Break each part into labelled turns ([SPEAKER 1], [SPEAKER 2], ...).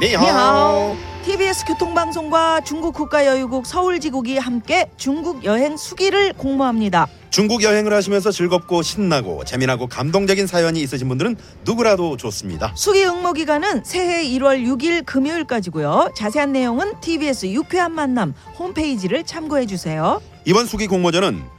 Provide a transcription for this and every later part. [SPEAKER 1] 니하오.
[SPEAKER 2] TBS 교통방송과 중국 국가여유국 서울지국이 함께 중국 여행 수기를 공모합니다.
[SPEAKER 1] 중국 여행을 하시면서 즐겁고 신나고 재미나고 감동적인 사연이 있으신 분들은 누구라도 좋습니다.
[SPEAKER 2] 수기 응모 기간은 새해 1월 6일 금요일까지고요. 자세한 내용은 TBS 유쾌한 만남 홈페이지를 참고해 주세요.
[SPEAKER 1] 이번 수기 공모전은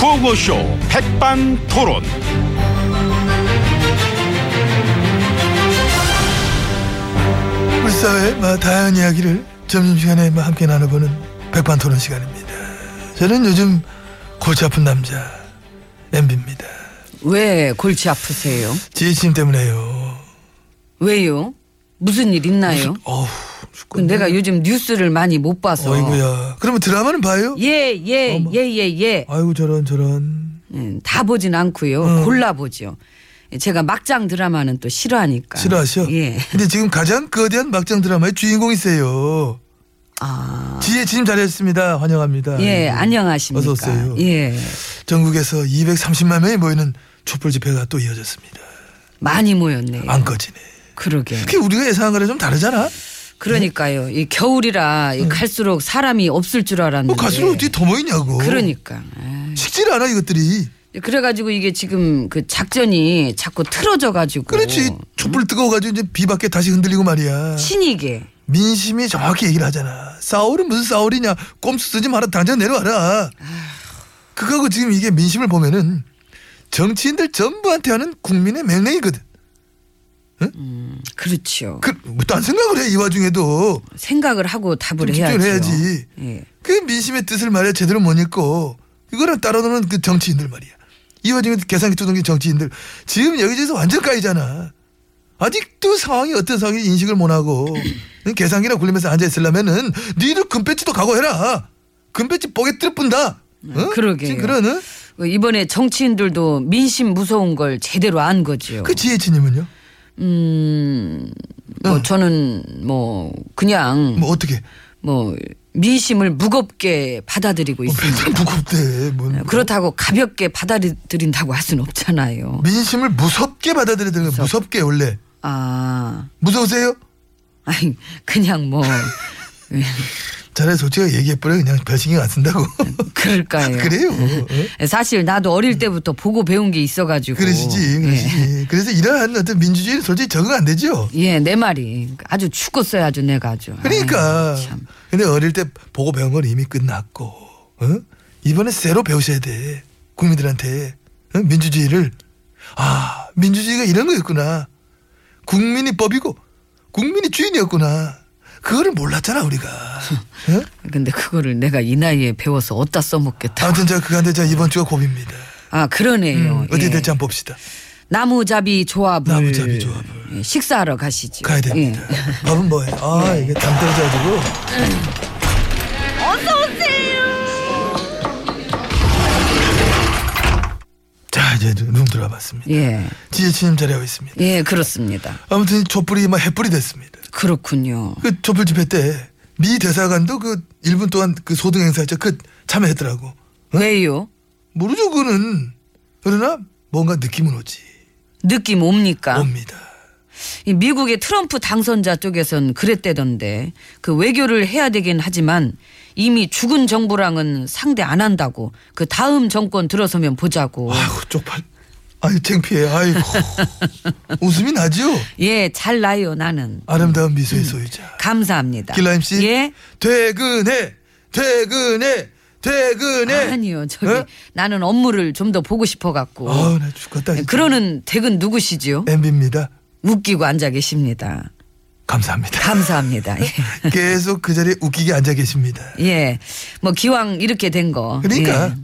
[SPEAKER 3] 구호쇼 백반토론.
[SPEAKER 4] 우리 사회의 뭐 다양한 이야기를 점심시간에 뭐 함께 나눠보는 백반토론 시간입니다. 저는 요즘 골치 아픈 남자 엠비입니다.
[SPEAKER 5] 왜 골치 아프세요?
[SPEAKER 4] 지혜침 때문에요.
[SPEAKER 5] 왜요? 무슨 일 있나요?
[SPEAKER 4] 어우,
[SPEAKER 5] 그 내가 요즘 뉴스를 많이 못 봐서.
[SPEAKER 4] 네. 어이구야. 그러면 드라마는 봐요?
[SPEAKER 5] 예, 예,
[SPEAKER 4] 어머.
[SPEAKER 5] 예, 예, 예.
[SPEAKER 4] 아이고 저런 저런
[SPEAKER 5] 음, 다 보진 않고요.
[SPEAKER 4] 음.
[SPEAKER 5] 골라 보죠. 제가 막장 드라마는 또 싫어하니까.
[SPEAKER 4] 싫어하셔?
[SPEAKER 5] 예.
[SPEAKER 4] 근데 지금 가장 거대한 막장 드라마의 주인공이세요.
[SPEAKER 5] 아.
[SPEAKER 4] 지혜침 잘했습니다. 환영합니다.
[SPEAKER 5] 예,
[SPEAKER 4] 아이고.
[SPEAKER 5] 안녕하십니까.
[SPEAKER 4] 네. 어서 오세요.
[SPEAKER 5] 예.
[SPEAKER 4] 전국에서 230만 명이 모이는 촛불 집회가 또 이어졌습니다.
[SPEAKER 5] 많이 모였네요.
[SPEAKER 4] 안 꺼지네.
[SPEAKER 5] 그러게.
[SPEAKER 4] 아. 그게 우리가 예상한 거랑 좀 다르잖아.
[SPEAKER 5] 그러니까요. 이 겨울이라 이 갈수록 사람이 없을 줄 알았는데.
[SPEAKER 4] 음. 뭐 가수는 어떻게 더 모이냐고.
[SPEAKER 5] 네. 그러니까. 아.
[SPEAKER 4] 식질 않아 이것들이.
[SPEAKER 5] 그래가지고 이게 지금 그 작전이 자꾸 틀어져가지고.
[SPEAKER 4] 그렇지 촛불 뜨거워가지고 이제 비밖에 다시 흔들리고
[SPEAKER 5] 네.
[SPEAKER 4] 말이야.
[SPEAKER 5] 신이게.
[SPEAKER 4] 민심이 정확히 얘기를 하잖아. 싸울은 무슨 싸울이냐. 꼼수 쓰지 마라. 당장
[SPEAKER 5] 아.
[SPEAKER 4] 내려와라. 그거하고 지금 이게 민심을 보면은 정치인들 전부한테 하는 국민의 맹랑이거든.
[SPEAKER 5] 그렇죠.
[SPEAKER 4] 그딴 생각을 해 이 와중에도
[SPEAKER 5] 생각을 하고 답을 해야죠.
[SPEAKER 4] 집중을 해야지.
[SPEAKER 5] 예.
[SPEAKER 4] 그 민심의 뜻을 말이야 제대로 못 읽고 그거랑 따라오는 그 정치인들 말이야. 이 와중에 계산기 두둥기 정치인들 지금 여기저기서 완전 까이잖아. 아직도 상황이 어떤 상황인지 인식을 못하고 계산기나 굴리면서 앉아있으려면은 니들 금배지도 각오해라. 금배지 뽀개 뜰뿐다. 어?
[SPEAKER 5] 네, 그러게요.
[SPEAKER 4] 지금 그러는
[SPEAKER 5] 이번에 정치인들도 민심 무서운 걸 제대로 안 거죠.
[SPEAKER 4] 그 지혜진님은요?
[SPEAKER 5] 음, 뭐
[SPEAKER 4] 어.
[SPEAKER 5] 저는 뭐 그냥 뭐,
[SPEAKER 4] 뭐 어떻게?
[SPEAKER 5] 민심을 무겁게 받아들이고
[SPEAKER 4] 뭐
[SPEAKER 5] 있습니다. 네,
[SPEAKER 4] 맨날 무겁대. 뭐.
[SPEAKER 5] 그렇다고 가볍게 받아들인다고 할 수는 없잖아요.
[SPEAKER 4] 민심을 무섭게 받아들여야 되는 거야. 무섭게 원래.
[SPEAKER 5] 아,
[SPEAKER 4] 무서우세요?
[SPEAKER 5] 아니 그냥 뭐
[SPEAKER 4] 자네 솔직히 얘기해버려 그냥 별 신경 안 쓴다고.
[SPEAKER 5] 네, 그럴까요? 음,
[SPEAKER 4] 그래요. 어?
[SPEAKER 5] 사실 나도 어릴 때부터 보고 배운 게 있어가지고. 예.
[SPEAKER 4] 그러시지, 그러시지. 그래서 이러한 어떤 민주주의는 솔직히 적응 안 되죠.
[SPEAKER 5] 예, 예, 내 말이 아주 죽었어요, 아주 내가 아주.
[SPEAKER 4] 그러니까.
[SPEAKER 5] 아이, 참.
[SPEAKER 4] 근데 어릴 때 보고 배운 건 이미 끝났고, 어? 이번에 새로 배우셔야 돼. 국민들한테. 어? 민주주의를. 아, 민주주의가 이런 거였구나. 국민이 법이고, 국민이 주인이었구나. 그거를 몰랐잖아, 우리가. 어?
[SPEAKER 5] 근데 그거를 내가 이 나이에 배워서 어디다 써먹겠다.
[SPEAKER 4] 아무튼 제가 그간데 제가 이번 주가 고비입니다.
[SPEAKER 5] 아, 그러네요.
[SPEAKER 4] 어떻게
[SPEAKER 5] 예.
[SPEAKER 4] 될지 한번 봅시다.
[SPEAKER 5] 나무잡이 조합을.
[SPEAKER 4] 나무잡이 조합을.
[SPEAKER 5] 예, 식사하러 가시죠.
[SPEAKER 4] 가야 됩니다.
[SPEAKER 5] 예.
[SPEAKER 4] 밥은 뭐해? 아, 이게 담 떨어져가지고. 자 이제 룸 들어봤습니다.
[SPEAKER 5] 예,
[SPEAKER 4] 지혜진님 자리하고 있습니다.
[SPEAKER 5] 예, 그렇습니다.
[SPEAKER 4] 아무튼 이 촛불이 막 햇불이 됐습니다.
[SPEAKER 5] 그렇군요.
[SPEAKER 4] 그 촛불 집회 때 미 대사관도 그 1분 동안 그 소등 행사였죠. 그 참여했더라고.
[SPEAKER 5] 왜요?
[SPEAKER 4] 모르죠 그는 그러나 뭔가 느낌은 오지
[SPEAKER 5] 느낌 옵니까?
[SPEAKER 4] 옵니다.
[SPEAKER 5] 이 미국의 트럼프 당선자 쪽에선 그랬대던데 그 외교를 해야 되긴 하지만 이미 죽은 정부랑은 상대 안 한다고 그 다음 정권 들어서면 보자고
[SPEAKER 4] 아이고 쪽팔. 아이 창피해. 아이고 웃음이 나죠.
[SPEAKER 5] 예 잘 나요 나는
[SPEAKER 4] 아름다운 미소의 소유자.
[SPEAKER 5] 감사합니다
[SPEAKER 4] 길라임 씨.
[SPEAKER 5] 예
[SPEAKER 4] 퇴근해. 퇴근해. 퇴근해.
[SPEAKER 5] 아니요 저기
[SPEAKER 4] 네. 어?
[SPEAKER 5] 나는 업무를 좀 더 보고 싶어 갖고 네,
[SPEAKER 4] 아우 나 죽겠다. 진짜.
[SPEAKER 5] 그러는 댁은 누구시지요
[SPEAKER 4] 엠비입니다.
[SPEAKER 5] 웃기고 앉아 계십니다
[SPEAKER 4] 감사합니다.
[SPEAKER 5] 감사합니다 예.
[SPEAKER 4] 계속 그 자리에 웃기게 앉아 계십니다.
[SPEAKER 5] 예. 뭐 기왕 이렇게 된거
[SPEAKER 4] 그러니까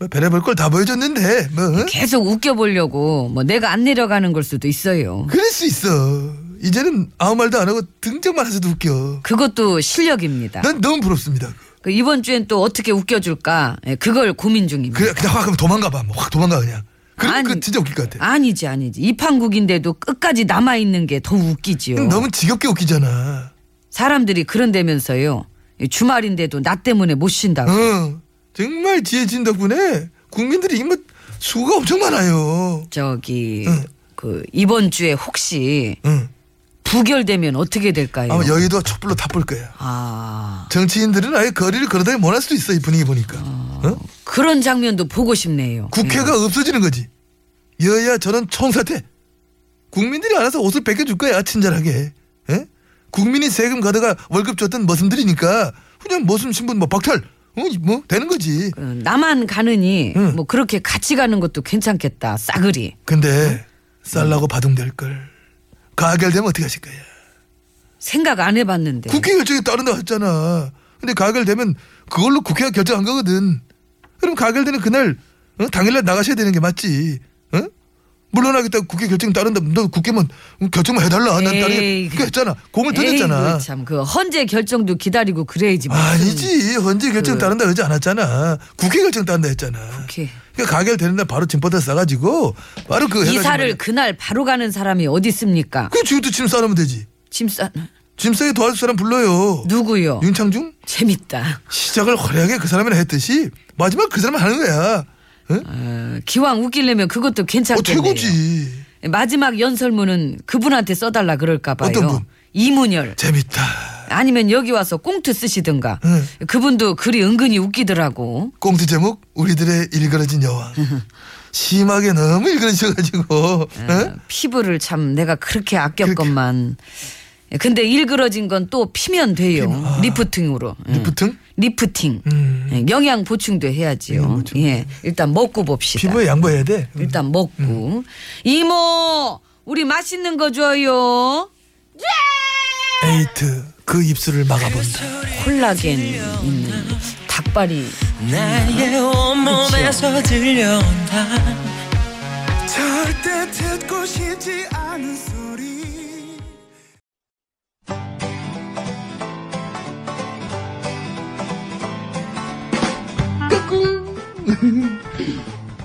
[SPEAKER 4] 뭐 별의별 걸 다 보여줬는데 뭐 어?
[SPEAKER 5] 계속 웃겨보려고 뭐 내가 안 내려가는 걸 수도 있어요.
[SPEAKER 4] 그럴 수 있어. 이제는 아무 말도 안 하고 등장만 하셔도 웃겨.
[SPEAKER 5] 그것도 실력입니다.
[SPEAKER 4] 난 너무 부럽습니다.
[SPEAKER 5] 그 이번 주엔 또 어떻게 웃겨줄까 예, 그걸 고민 중입니다.
[SPEAKER 4] 그래 그냥 확 그럼 도망가봐. 뭐확 도망가 그냥. 그럼 그
[SPEAKER 5] 아니,
[SPEAKER 4] 진짜 웃길 것 같아.
[SPEAKER 5] 아니지 아니지 이판국인데도 끝까지 남아 있는 게 더 웃기지요.
[SPEAKER 4] 너무 지겹게 웃기잖아.
[SPEAKER 5] 사람들이 그런다면서요. 이 주말인데도 나 때문에 못 쉰다고.
[SPEAKER 4] 어, 정말 지혜진 덕분에 국민들이 이뭐 수가 엄청 많아요.
[SPEAKER 5] 저기
[SPEAKER 4] 응.
[SPEAKER 5] 그 이번 주에 혹시
[SPEAKER 4] 응.
[SPEAKER 5] 부결되면 어떻게 될까요?
[SPEAKER 4] 아마 여의도 촛불로 타볼 거야.
[SPEAKER 5] 아
[SPEAKER 4] 정치인들은 아예 거리를 걸어다니 못할 수도 있어 이 분위기 보니까. 어?
[SPEAKER 5] 그런 장면도 보고 싶네요. 예.
[SPEAKER 4] 국회가 없어지는 거지. 여야 저런 총사태. 국민들이 알아서 옷을 벗겨줄 거야 친절하게. 예? 국민이 세금 가다가 월급 줬던 머슴들이니까 그냥 머슴 신분 뭐 박탈 어, 뭐 되는 거지.
[SPEAKER 5] 예. 어, 나만 가느니
[SPEAKER 4] 응.
[SPEAKER 5] 뭐 그렇게 같이 가는 것도 괜찮겠다. 싸그리
[SPEAKER 4] 근데 쌀라고 바둥될 걸. 가결되면 어떻게 하실 거야?
[SPEAKER 5] 생각 안 해봤는데.
[SPEAKER 4] 국회 결정이 따른다 했잖아. 근데 가결되면 그걸로 국회가 결정한 거거든. 그럼 가결되는 그날 어? 당일날 나가셔야 되는 게 맞지. 어? 물러나겠다 국회 결정 따른다. 너 국회만 결정만 해달라. 난
[SPEAKER 5] 에이,
[SPEAKER 4] 다른 그 했잖아. 공을 던졌잖아.
[SPEAKER 5] 에이, 참그 헌재 결정도 기다리고 그래야지. 무슨
[SPEAKER 4] 아니지 헌재 결정
[SPEAKER 5] 그-
[SPEAKER 4] 따른다 그러지 않았잖아. 국회 결정 따른다 했잖아.
[SPEAKER 5] 국회.
[SPEAKER 4] 그러니까 가결되는 날 바로 짐버다 싸가지고 바로 그 해가지고
[SPEAKER 5] 이사를
[SPEAKER 4] 말이야.
[SPEAKER 5] 그날 바로 가는 사람이 어디 있습니까?
[SPEAKER 4] 그 지금도 짐 싸놓으면 되지.
[SPEAKER 5] 짐싸
[SPEAKER 4] 짐 싸게 도와줄 사람 불러요.
[SPEAKER 5] 누구요?
[SPEAKER 4] 윤창중?
[SPEAKER 5] 재밌다.
[SPEAKER 4] 시작을 화려하게 그 사람이나 했듯이 마지막 그 사람을 하는 거야. 응?
[SPEAKER 5] 어, 기왕 웃기려면 그것도
[SPEAKER 4] 어,
[SPEAKER 5] 괜찮겠네요.
[SPEAKER 4] 최고지.
[SPEAKER 5] 마지막 연설문은 그분한테 써달라 그럴까 봐요.
[SPEAKER 4] 어떤 분?
[SPEAKER 5] 이문열.
[SPEAKER 4] 재밌다.
[SPEAKER 5] 아니면 여기 와서 꽁트 쓰시든가.
[SPEAKER 4] 응.
[SPEAKER 5] 그분도 글이 은근히 웃기더라고.
[SPEAKER 4] 꽁트 제목 우리들의 일그러진 여왕. 심하게 너무 일그러지셔가지고 응?
[SPEAKER 5] 피부를 참 내가 그렇게 아꼈건만. 근데 일그러진 건 또 피면 돼요. 리프팅으로. 응.
[SPEAKER 4] 아. 리프팅? 음.
[SPEAKER 5] 리프팅. 예, 영양 보충도 해야지요. 예. 일단 먹고 봅시다.
[SPEAKER 4] 피부에 음. 양보해야 돼. 응.
[SPEAKER 5] 일단 먹고. 이모, 우리 맛있는 거 줘요.
[SPEAKER 4] 에이트 그 입술을 막아본다.
[SPEAKER 5] 콜라겐 있는 닭발이
[SPEAKER 6] 나의 온몸에서 들려온다
[SPEAKER 7] 절대 듣고 싶지 않은 소리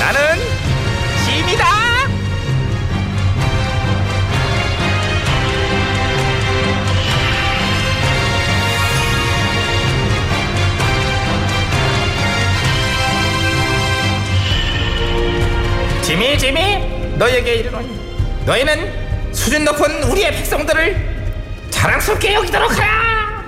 [SPEAKER 7] 나는 짐이다 짐이 짐이 너에게 이르노니 너희는 수준 높은 우리의 백성들을 자랑스럽게 여기도록 하라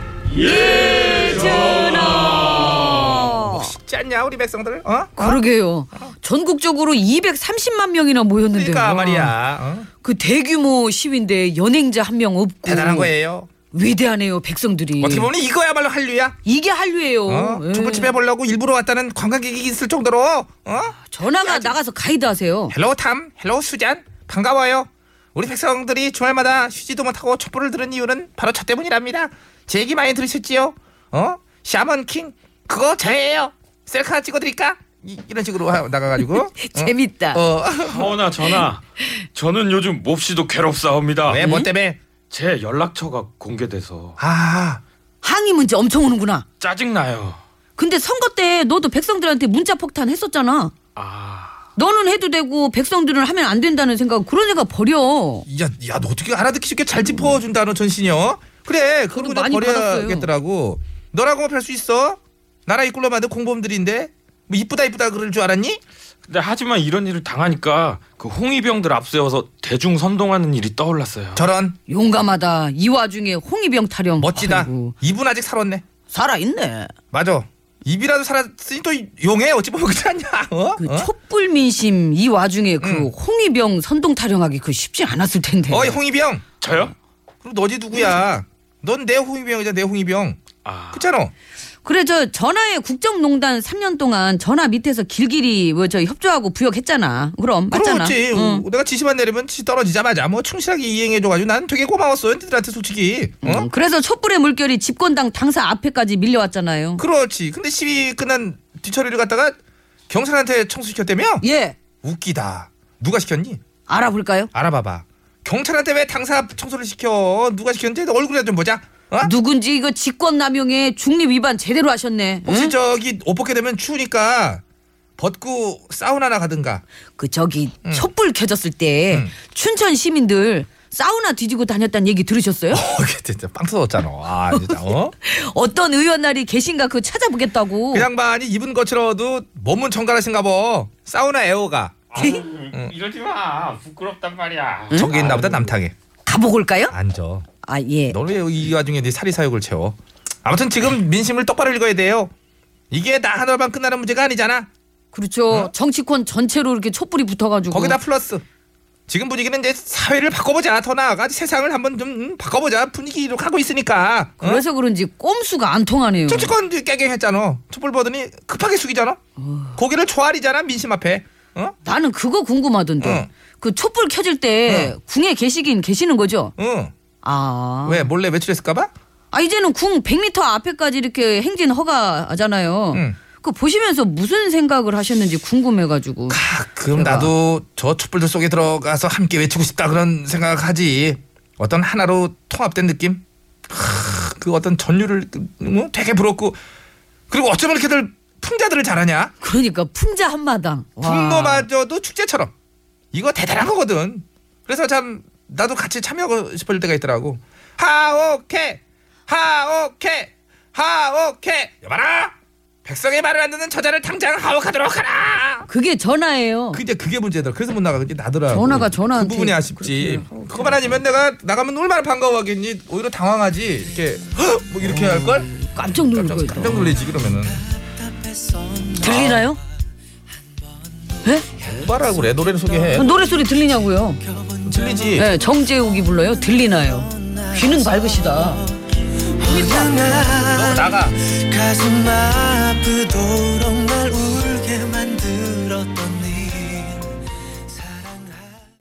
[SPEAKER 7] 쉽지 않냐 우리 백성들 어?
[SPEAKER 5] 아, 그러게요. 전국적으로 230만 명이나 모였는데요.
[SPEAKER 7] 그러니까 말이야 어?
[SPEAKER 5] 그 대규모 시위인데 연행자 한 명 없고
[SPEAKER 7] 대단한 거예요
[SPEAKER 5] 위대하네요 백성들이.
[SPEAKER 7] 어떻게 보면 이거야말로 한류야.
[SPEAKER 5] 이게 한류예요.
[SPEAKER 7] 어?
[SPEAKER 5] 예.
[SPEAKER 7] 중부집 해보려고 일부러 왔다는 관광객이 있을 정도로. 어?
[SPEAKER 5] 전화가 나가서 가이드 하세요.
[SPEAKER 7] 헬로우 탐, 헬로우 수잔, 반가워요. 우리 백성들이 주말마다 휴지도 못하고 촛불을 들은 이유는 바로 저 때문이랍니다. 제 얘기 많이 들으셨지요? 어? 샤먼 킹 그거 저예요. 셀카 하나 찍어드릴까? 이, 런 식으로 하- 나가가지고.
[SPEAKER 5] 재밌다.
[SPEAKER 7] 어?
[SPEAKER 8] 허나 전하, 저는 요즘 아, 몹시도 괴롭사옵니다.
[SPEAKER 7] 왜 뭐 때문에?
[SPEAKER 8] 제 연락처가 공개돼서
[SPEAKER 7] 아,
[SPEAKER 5] 항의 문제 엄청 오는구나.
[SPEAKER 8] 짜증나요.
[SPEAKER 5] 근데 선거 때 너도 백성들한테 문자 폭탄 했었잖아. 너는 해도 되고 백성들은 하면 안 된다는 생각 그런 생각 버려.
[SPEAKER 7] 야, 야, 너 어떻게 알아듣기 쉽게 잘 짚어준다, 너 전신여. 그래, 그런
[SPEAKER 5] 그럼
[SPEAKER 7] 거좀
[SPEAKER 5] 많이
[SPEAKER 7] 버려야겠더라고. 너라고 할 수 있어? 나라 이끌러 만든 공범들인데 뭐 이쁘다 이쁘다 그럴 줄 알았니?
[SPEAKER 8] 근데 하지만 이런 일을 당하니까 그 홍위병들 앞세워서 대중 선동하는 일이
[SPEAKER 5] 아,
[SPEAKER 8] 떠올랐어요.
[SPEAKER 7] 저런
[SPEAKER 5] 용감하다. 이 와중에 홍위병 타령.
[SPEAKER 7] 멋지다.
[SPEAKER 5] 아이고,
[SPEAKER 7] 입은 아직 살았네.
[SPEAKER 5] 살아있네.
[SPEAKER 7] 맞아. 입이라도 살았으니 또 용해 어찌 보면 그렇지 않냐? 어?
[SPEAKER 5] 그
[SPEAKER 7] 어?
[SPEAKER 5] 촛불 민심 이 와중에 그
[SPEAKER 7] 음.
[SPEAKER 5] 홍위병 선동 타령하기 그 쉽지 않았을 텐데.
[SPEAKER 7] 어이 홍이병.
[SPEAKER 8] 저요?
[SPEAKER 7] 그럼 너지 누구야? 넌 내 홍이병이자 내 홍이병.
[SPEAKER 8] 아,
[SPEAKER 7] 그렇잖아.
[SPEAKER 5] 그래 저 전화에 국정농단 3년 동안 전화 밑에서 길길이 뭐 저 협조하고 부역했잖아. 그럼 맞잖아.
[SPEAKER 7] 그렇지.
[SPEAKER 5] 응.
[SPEAKER 7] 내가 지시만 내리면 지시 떨어지자마자 뭐 충실하게 이행해줘가지고 난 되게 고마웠어. 얘들한테 솔직히. 어?
[SPEAKER 5] 응, 그래서 촛불의 물결이 집권당 당사 앞에까지 밀려왔잖아요.
[SPEAKER 7] 그렇지. 근데 시위 끝난 뒤처리를 갖다가 경찰한테 청소시켰다며?
[SPEAKER 5] 예,
[SPEAKER 7] 웃기다. 누가 시켰니?
[SPEAKER 5] 알아볼까요?
[SPEAKER 7] 알아봐봐. 경찰한테 왜 당사 앞 청소를 시켜? 누가 시켰는지 얼굴이나 좀 보자. 어?
[SPEAKER 5] 누군지 이거 직권남용에 중립 위반 제대로 하셨네.
[SPEAKER 7] 혹시
[SPEAKER 5] 응?
[SPEAKER 7] 저기 옷 벗게 되면 추우니까 벗고 사우나나 가든가.
[SPEAKER 5] 그 저기 촛불 켜졌을 때
[SPEAKER 7] 응.
[SPEAKER 5] 춘천 시민들 사우나 뒤지고 다녔다는 얘기 들으셨어요?
[SPEAKER 7] 어, 이게 진짜 빵 터졌잖아. 아, 진짜. 어?
[SPEAKER 5] 어떤 의원 날이 계신가 그거 찾아보겠다고.
[SPEAKER 7] 그 양반이 입은 것처럼도 몸은 정갈하신가 봐. 사우나 에어가
[SPEAKER 8] 아, 이러지 마. 부끄럽단 말이야.
[SPEAKER 7] 저기 있나 보다 남탕에.
[SPEAKER 5] 가보볼까요?
[SPEAKER 7] 앉아.
[SPEAKER 5] 아 예.
[SPEAKER 7] 너를 왜이 와중에 네 사리 사욕을 채워. 아무튼 지금 민심을 똑바로 읽어야 돼요. 이게 나 하나로만 끝나는 문제가 아니잖아.
[SPEAKER 5] 그렇죠. 정치권 전체로 이렇게 촛불이 붙어가지고.
[SPEAKER 7] 어? 거기다 플러스. 지금 분위기는 이제 사회를 바꿔보자. 더 나아가 세상을 한번 좀 음, 바꿔보자 분위기로 가고 있으니까. 어?
[SPEAKER 5] 그래서 그런지 꼼수가 안 통하네요.
[SPEAKER 7] 정치권 깨갱했잖아. 촛불 보더니 급하게 숙이잖아.
[SPEAKER 5] 어.
[SPEAKER 7] 고개를 조아리잖아 민심 앞에. 어?
[SPEAKER 5] 나는 그거 궁금하던데.
[SPEAKER 7] 응.
[SPEAKER 5] 그 촛불 켜질 때 궁에 계시긴 계시는 거죠?
[SPEAKER 7] 응.
[SPEAKER 5] 아.
[SPEAKER 7] 왜 몰래 외출했을까봐?
[SPEAKER 5] 아 이제는 궁 100m 앞에까지 이렇게 행진 허가잖아요.
[SPEAKER 7] 응.
[SPEAKER 5] 그 보시면서 무슨 생각을 하셨는지 궁금해가지고.
[SPEAKER 7] 그럼
[SPEAKER 5] 제가.
[SPEAKER 7] 나도 저 촛불들 속에 들어가서 함께 외치고 싶다 그런 생각하지. 어떤 하나로 통합된 느낌? 하, 그 어떤 전율을 그, 뭐 되게 부럽고 그리고 어쩌면 이렇게들 풍자들을 잘하냐?
[SPEAKER 5] 그러니까 풍자 한마당. 와.
[SPEAKER 7] 분노마저도 축제처럼 이거 대단한 거거든. 그래서 참 나도 같이 참여하고 싶을 때가 있더라고. 하오케, 하오케, 하오케. 여봐라, 백성의 말을 안 듣는 저자를 당장 하옥하도록 하라.
[SPEAKER 5] 그게 전화예요.
[SPEAKER 7] 어. 근데 그게 문제더라. 그래서 못 나가는 게 나더라.
[SPEAKER 5] 전화가 전화한테
[SPEAKER 7] 그 부분이 아쉽지. 그것만 아니면 내가 나가면 얼마나 반가워하겠니? 오히려 당황하지. 이렇게 헉! 뭐 이렇게
[SPEAKER 5] 어.
[SPEAKER 7] 할 걸?
[SPEAKER 5] 깜짝 놀거예요
[SPEAKER 7] 깜짝 놀리지 그러면은.
[SPEAKER 5] 들리나요? 예?
[SPEAKER 7] 뭐라고 그래 노래를 소개해.
[SPEAKER 5] 노래 소리 들리냐고요?
[SPEAKER 7] 틀리지.
[SPEAKER 5] 어. 네, 정재욱이 불러요. 들리나요? 귀는 밝으시다.
[SPEAKER 7] 나가.
[SPEAKER 6] 가슴 아네